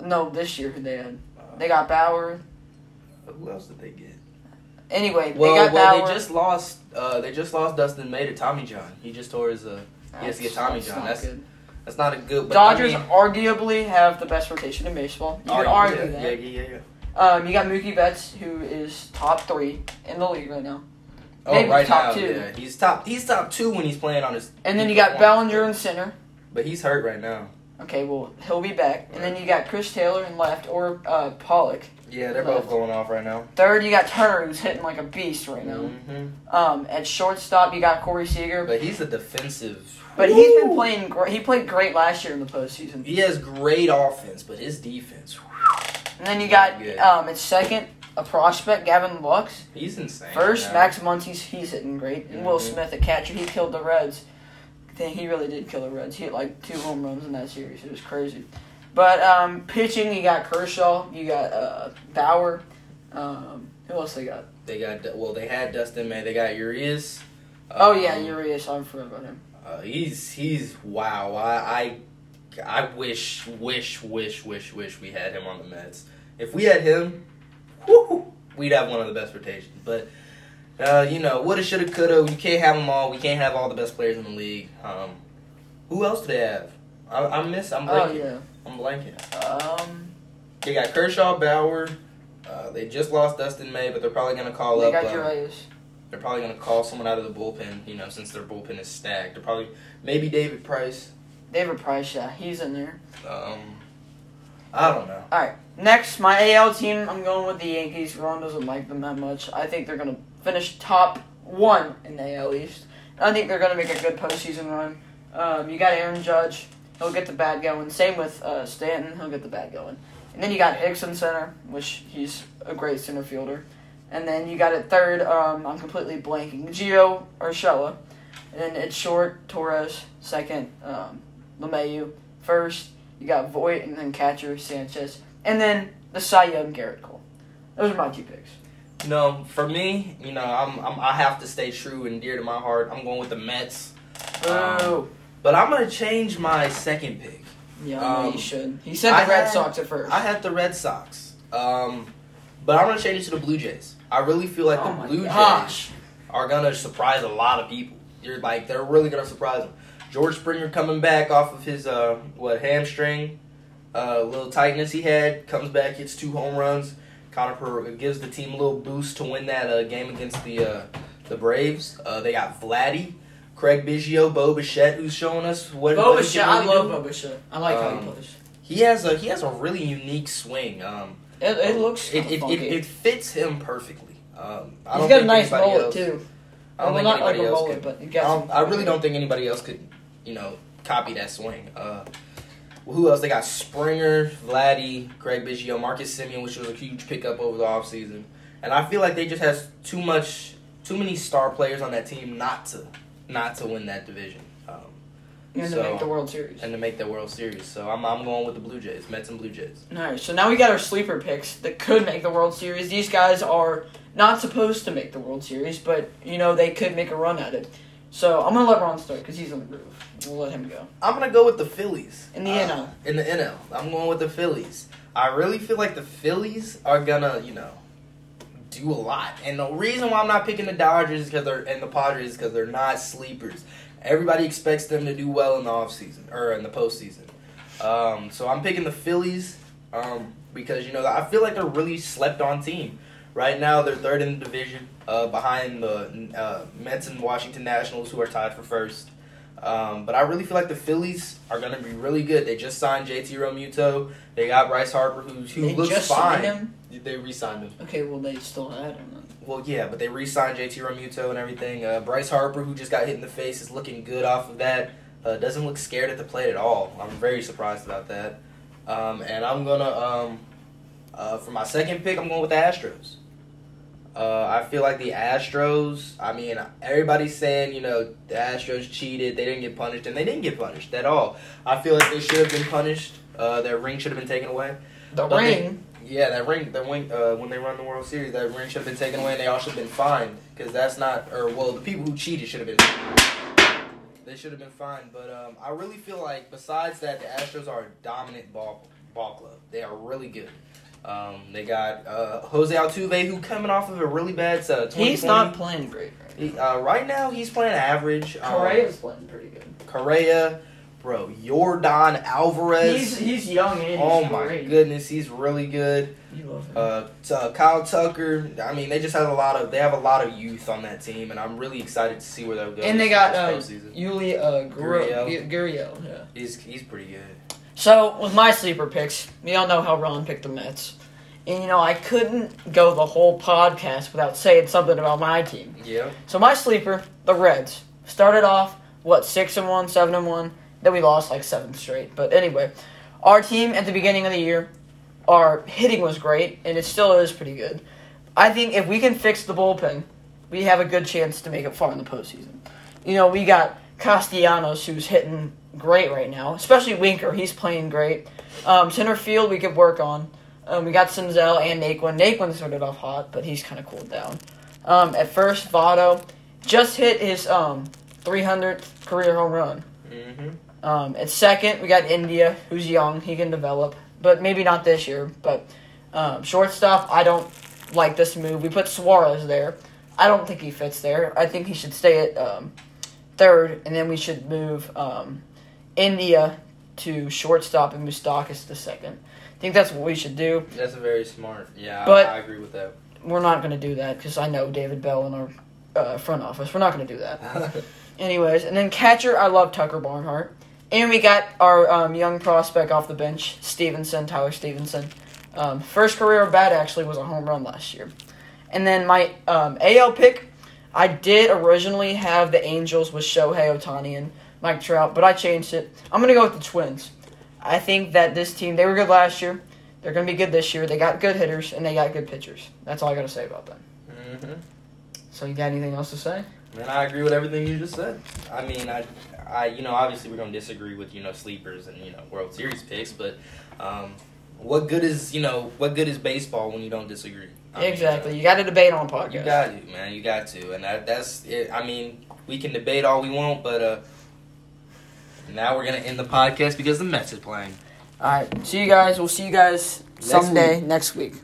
Speaker 2: Uh,
Speaker 1: No, this year who they had. They got Bauer.
Speaker 2: Who else did they get?
Speaker 1: Anyway,
Speaker 2: Well,
Speaker 1: they got
Speaker 2: well,
Speaker 1: Bauer.
Speaker 2: they just lost. Uh, they just lost Dustin May to Tommy John. He just tore his. Uh, he has to get Tommy
Speaker 1: That's
Speaker 2: John.
Speaker 1: not
Speaker 2: That's
Speaker 1: good.
Speaker 2: that's not a good. but I
Speaker 1: Dodgers
Speaker 2: mean-
Speaker 1: arguably have the best rotation in baseball. You can argue
Speaker 2: yeah,
Speaker 1: that.
Speaker 2: Yeah, yeah, yeah. yeah.
Speaker 1: Um, you got Mookie Betts, who is top three in the league right now.
Speaker 2: Oh,
Speaker 1: Maybe
Speaker 2: right
Speaker 1: top
Speaker 2: now,
Speaker 1: two.
Speaker 2: Yeah. He's top. He's top two when he's playing on his.
Speaker 1: And then you got Bellinger in center.
Speaker 2: But he's hurt right now.
Speaker 1: Okay, well he'll be back. And then you got Chris Taylor in left or uh, Pollock.
Speaker 2: Yeah, they're
Speaker 1: Left.
Speaker 2: both going off right now.
Speaker 1: Third, you got Turner, who's hitting like a beast right now.
Speaker 2: Mhm.
Speaker 1: Um, at shortstop, you got Corey Seager,
Speaker 2: But he's a defensive.
Speaker 1: but he's been
Speaker 2: Woo!
Speaker 1: playing. Great. He played great last year in the postseason.
Speaker 2: He has great offense, but his defense. whew,
Speaker 1: And then you got
Speaker 2: Good.
Speaker 1: um, at second a prospect, Gavin Lux.
Speaker 2: He's insane.
Speaker 1: First,
Speaker 2: now.
Speaker 1: Max Muncy's he's hitting great. And Will
Speaker 2: Mhm.
Speaker 1: Smith at catcher, he killed the Reds. Dang, he really did kill the Reds. He hit like two home runs in that series. It was crazy. But um, pitching, you got Kershaw, you got uh, Bauer. Um, who else they got?
Speaker 2: They got well. They had Dustin May. They got Urias.
Speaker 1: Oh yeah,
Speaker 2: Um,
Speaker 1: Urias. I forgot about him.
Speaker 2: Uh, he's he's wow. I, I I wish wish wish wish wish we had him on the Mets. If we had him, woo, we'd have one of the best rotations. But uh, you know, woulda, shoulda, coulda. You can't have them all. We can't have all the best players in the league. Um, who else do they have? I, I miss. I'm
Speaker 1: Oh
Speaker 2: blanking.
Speaker 1: yeah.
Speaker 2: I'm blanking.
Speaker 1: Um,
Speaker 2: They got Kershaw, Bauer. Uh, they just lost Dustin May, but they're probably gonna call
Speaker 1: they
Speaker 2: up.
Speaker 1: got
Speaker 2: um,
Speaker 1: Urias.
Speaker 2: they're probably going to call someone out of the bullpen, you know, since their bullpen is stacked. They're probably maybe David Price.
Speaker 1: David Price. Yeah, he's in there.
Speaker 2: Um, I don't know.
Speaker 1: Next, my AL team, I'm going with the Yankees. Ron doesn't like them that much. I think they're going to finish top one in the AL East. I think they're going to make a good postseason run. Um, you got Aaron Judge. He'll get the bat going. Same with uh, Stanton. He'll get the bat going. And then you got Hicks in center, which he's a great center fielder. And then you got at third, um, I'm completely blanking, Gio Urshela. And then it's short, Torres. Second, um, LeMayu. First, you got Voight, and then catcher, Sanchez. And then the Cy Young, Garrett Cole. Those are my two picks.
Speaker 2: No, for me, you know, I'm, I'm I have to stay true and dear to my heart. I'm going with the Mets,
Speaker 1: Oh,
Speaker 2: but I'm going to change my second pick.
Speaker 1: yeah,
Speaker 2: um,
Speaker 1: you should. He said the
Speaker 2: I
Speaker 1: Red
Speaker 2: had-
Speaker 1: Sox at first.
Speaker 2: I had the Red Sox, um, but I'm going to change it to the Blue Jays. I really feel like
Speaker 1: oh
Speaker 2: the
Speaker 1: my
Speaker 2: Blue Jays
Speaker 1: gosh.
Speaker 2: are going to surprise a lot of people. You're like they're really going to surprise them. George Springer coming back off of his uh what hamstring, uh little tightness he had, comes back hits two home runs. Connor Pereira gives the team a little boost to win that uh, game against the uh, the Braves. Uh, they got Vladdy, Craig Biggio, Bo Bichette, who's showing us what. what
Speaker 1: Boba
Speaker 2: he
Speaker 1: Shea,
Speaker 2: can
Speaker 1: I
Speaker 2: really
Speaker 1: love
Speaker 2: do.
Speaker 1: Boba Shea. I like how he
Speaker 2: Um,
Speaker 1: plays.
Speaker 2: He has a he has a really unique swing. Um,
Speaker 1: It, it looks
Speaker 2: it it, it,
Speaker 1: funky.
Speaker 2: it fits him perfectly. Um, I
Speaker 1: He's got a
Speaker 2: don't think
Speaker 1: nice
Speaker 2: anybody
Speaker 1: roller
Speaker 2: else-
Speaker 1: too.
Speaker 2: I don't
Speaker 1: well,
Speaker 2: think
Speaker 1: not like
Speaker 2: anybody
Speaker 1: a
Speaker 2: else
Speaker 1: roller,
Speaker 2: can-
Speaker 1: but he
Speaker 2: I,
Speaker 1: got
Speaker 2: don't,
Speaker 1: some.
Speaker 2: Um, I really don't think anybody else could, you know, copy that swing. Uh, who else? They got Springer, Vladdy, Greg Biggio, Marcus Simeon, which was a huge pickup over the offseason. And I feel like they just has too much, too many star players on that team not to, not to win that division, um,
Speaker 1: And
Speaker 2: so-
Speaker 1: to make the World Series.
Speaker 2: and to make the World Series. So I'm, I'm going with the Blue Jays, Mets and Blue Jays.
Speaker 1: Alright, so now we got our sleeper picks that could make the World Series. These guys are not supposed to make the World Series, but, you know, they could make a run at it. So I'm going to let Ron start because he's on the groove. We'll let him go.
Speaker 2: I'm gonna go with the Phillies Uh,
Speaker 1: In the NL.
Speaker 2: In the NL, I'm going with the Phillies. I really feel like the Phillies are gonna, you know, do a lot. And the reason why I'm not picking the Dodgers is because they're and the Padres is because they're not sleepers. Everybody expects them to do well in the offseason or in the postseason. Um, so I'm picking the Phillies um, because you know I feel like they're really slept on team. Right now they're third in the division, uh, behind the uh, Mets and Washington Nationals, who are tied for first. Um, but I really feel like the Phillies are going to be really good. They just signed JT Romuto. They got Bryce Harper, who's who
Speaker 1: They
Speaker 2: looks
Speaker 1: just
Speaker 2: fine.
Speaker 1: signed him.
Speaker 2: They re-signed him.
Speaker 1: Okay, well, they still had him. then.
Speaker 2: Well, yeah, but they re-signed JT Romuto and everything. Uh, Bryce Harper, who just got hit in the face, is looking good off of that. Uh, doesn't look scared at the plate at all. I'm very surprised about that. Um, and I'm gonna um, uh, for my second pick, I'm going with the Astros. Uh, I feel like the Astros. I mean, everybody's saying you know the Astros cheated. They didn't get punished, and they didn't get punished at all. I feel like they should have been punished. Uh, their ring should have been taken away.
Speaker 1: The
Speaker 2: But they-
Speaker 1: ring.
Speaker 2: Yeah, that ring, that ring, uh, when they run the World Series, that ring should have been taken away, and they all should have been fined because that's not, or well, the people who cheated should have been. They should have been fined, but um, I really feel like besides that, the Astros are a dominant ball ball club. They are really good. Um, they got uh, Jose Altuve, who coming off of a really bad uh, 2020.
Speaker 1: He's not playing great right
Speaker 2: He, uh, right now, he's playing average.
Speaker 1: now.
Speaker 2: Um,
Speaker 1: Correa's playing pretty good.
Speaker 2: Correa, bro, Jordan Alvarez.
Speaker 1: He's he's young and he's
Speaker 2: oh my
Speaker 1: great.
Speaker 2: goodness, he's really good.
Speaker 1: You love him.
Speaker 2: Uh, t- uh, Kyle Tucker. I mean, they just have a lot of they have a lot of youth on that team, and I'm really excited to see where they'll go.
Speaker 1: And they
Speaker 2: this-
Speaker 1: got,
Speaker 2: this postseason.
Speaker 1: Yuli uh,
Speaker 2: Gurriel.
Speaker 1: Gurriel. Gurriel, yeah.
Speaker 2: he's he's pretty good.
Speaker 1: So with my sleeper picks, we all know how Ron picked the Mets, and you know I couldn't go the whole podcast without saying something about my team.
Speaker 2: Yeah,
Speaker 1: So my sleeper, the Reds, started off what six and one, seven and one. Then we lost like seven straight. But anyway, our team at the beginning of the year, our hitting was great, and it still is pretty good. I think if we can fix the bullpen, we have a good chance to make it far in the postseason. You know, we got Castellanos, who's hitting great right now, especially Winker. He's playing great. Um, center field, we could work on. Um, we got Sinzel and Naquin. Naquin started off hot, but he's kind of cooled down. Um, at first, Votto just hit his um, 300th career home run.
Speaker 2: Mm-hmm.
Speaker 1: Um, at second, we got India, who's young. He can develop, but maybe not this year. But um, shortstop, I don't like this move. We put Suarez there. I don't think he fits there. I think he should stay at um, third, and then we should move um, India to shortstop and Mustakis to second. I think that's what we should do.
Speaker 2: That's a very smart. Yeah,
Speaker 1: But-
Speaker 2: I, I agree with that.
Speaker 1: We're not going to do that because I know David Bell in our uh, front office. We're not going to do that.
Speaker 2: Mm-hmm.
Speaker 1: Anyways, and then catcher, I love Tucker Barnhart. And we got our um, young prospect off the bench, Stevenson, Tyler Stevenson. Um, first career bat actually was a home run last year. And then my um, AL pick, I did originally have the Angels with Shohei Otani and Mike Trout, but I changed it. I'm going to go with the Twins. I think that this team, they were good last year. They're going to be good this year. They got good hitters and they got good pitchers. That's all I got to say about them.
Speaker 2: mm-hmm.
Speaker 1: So, you got anything else to say?
Speaker 2: Man, I agree with everything you just said. I mean, I, I, you know, obviously we're gonna disagree with you know sleepers and you know World Series picks, but um, what good is you know what good is baseball when you don't disagree? I mean, uh,
Speaker 1: exactly. you got to debate on a podcast.
Speaker 2: you got to, man. You got to, and that, that's it. I mean, we can debate all we want, but uh, now we're gonna end the podcast because the Mets are playing.
Speaker 1: All right. See you guys. We'll see you guys
Speaker 2: Next
Speaker 1: someday next week.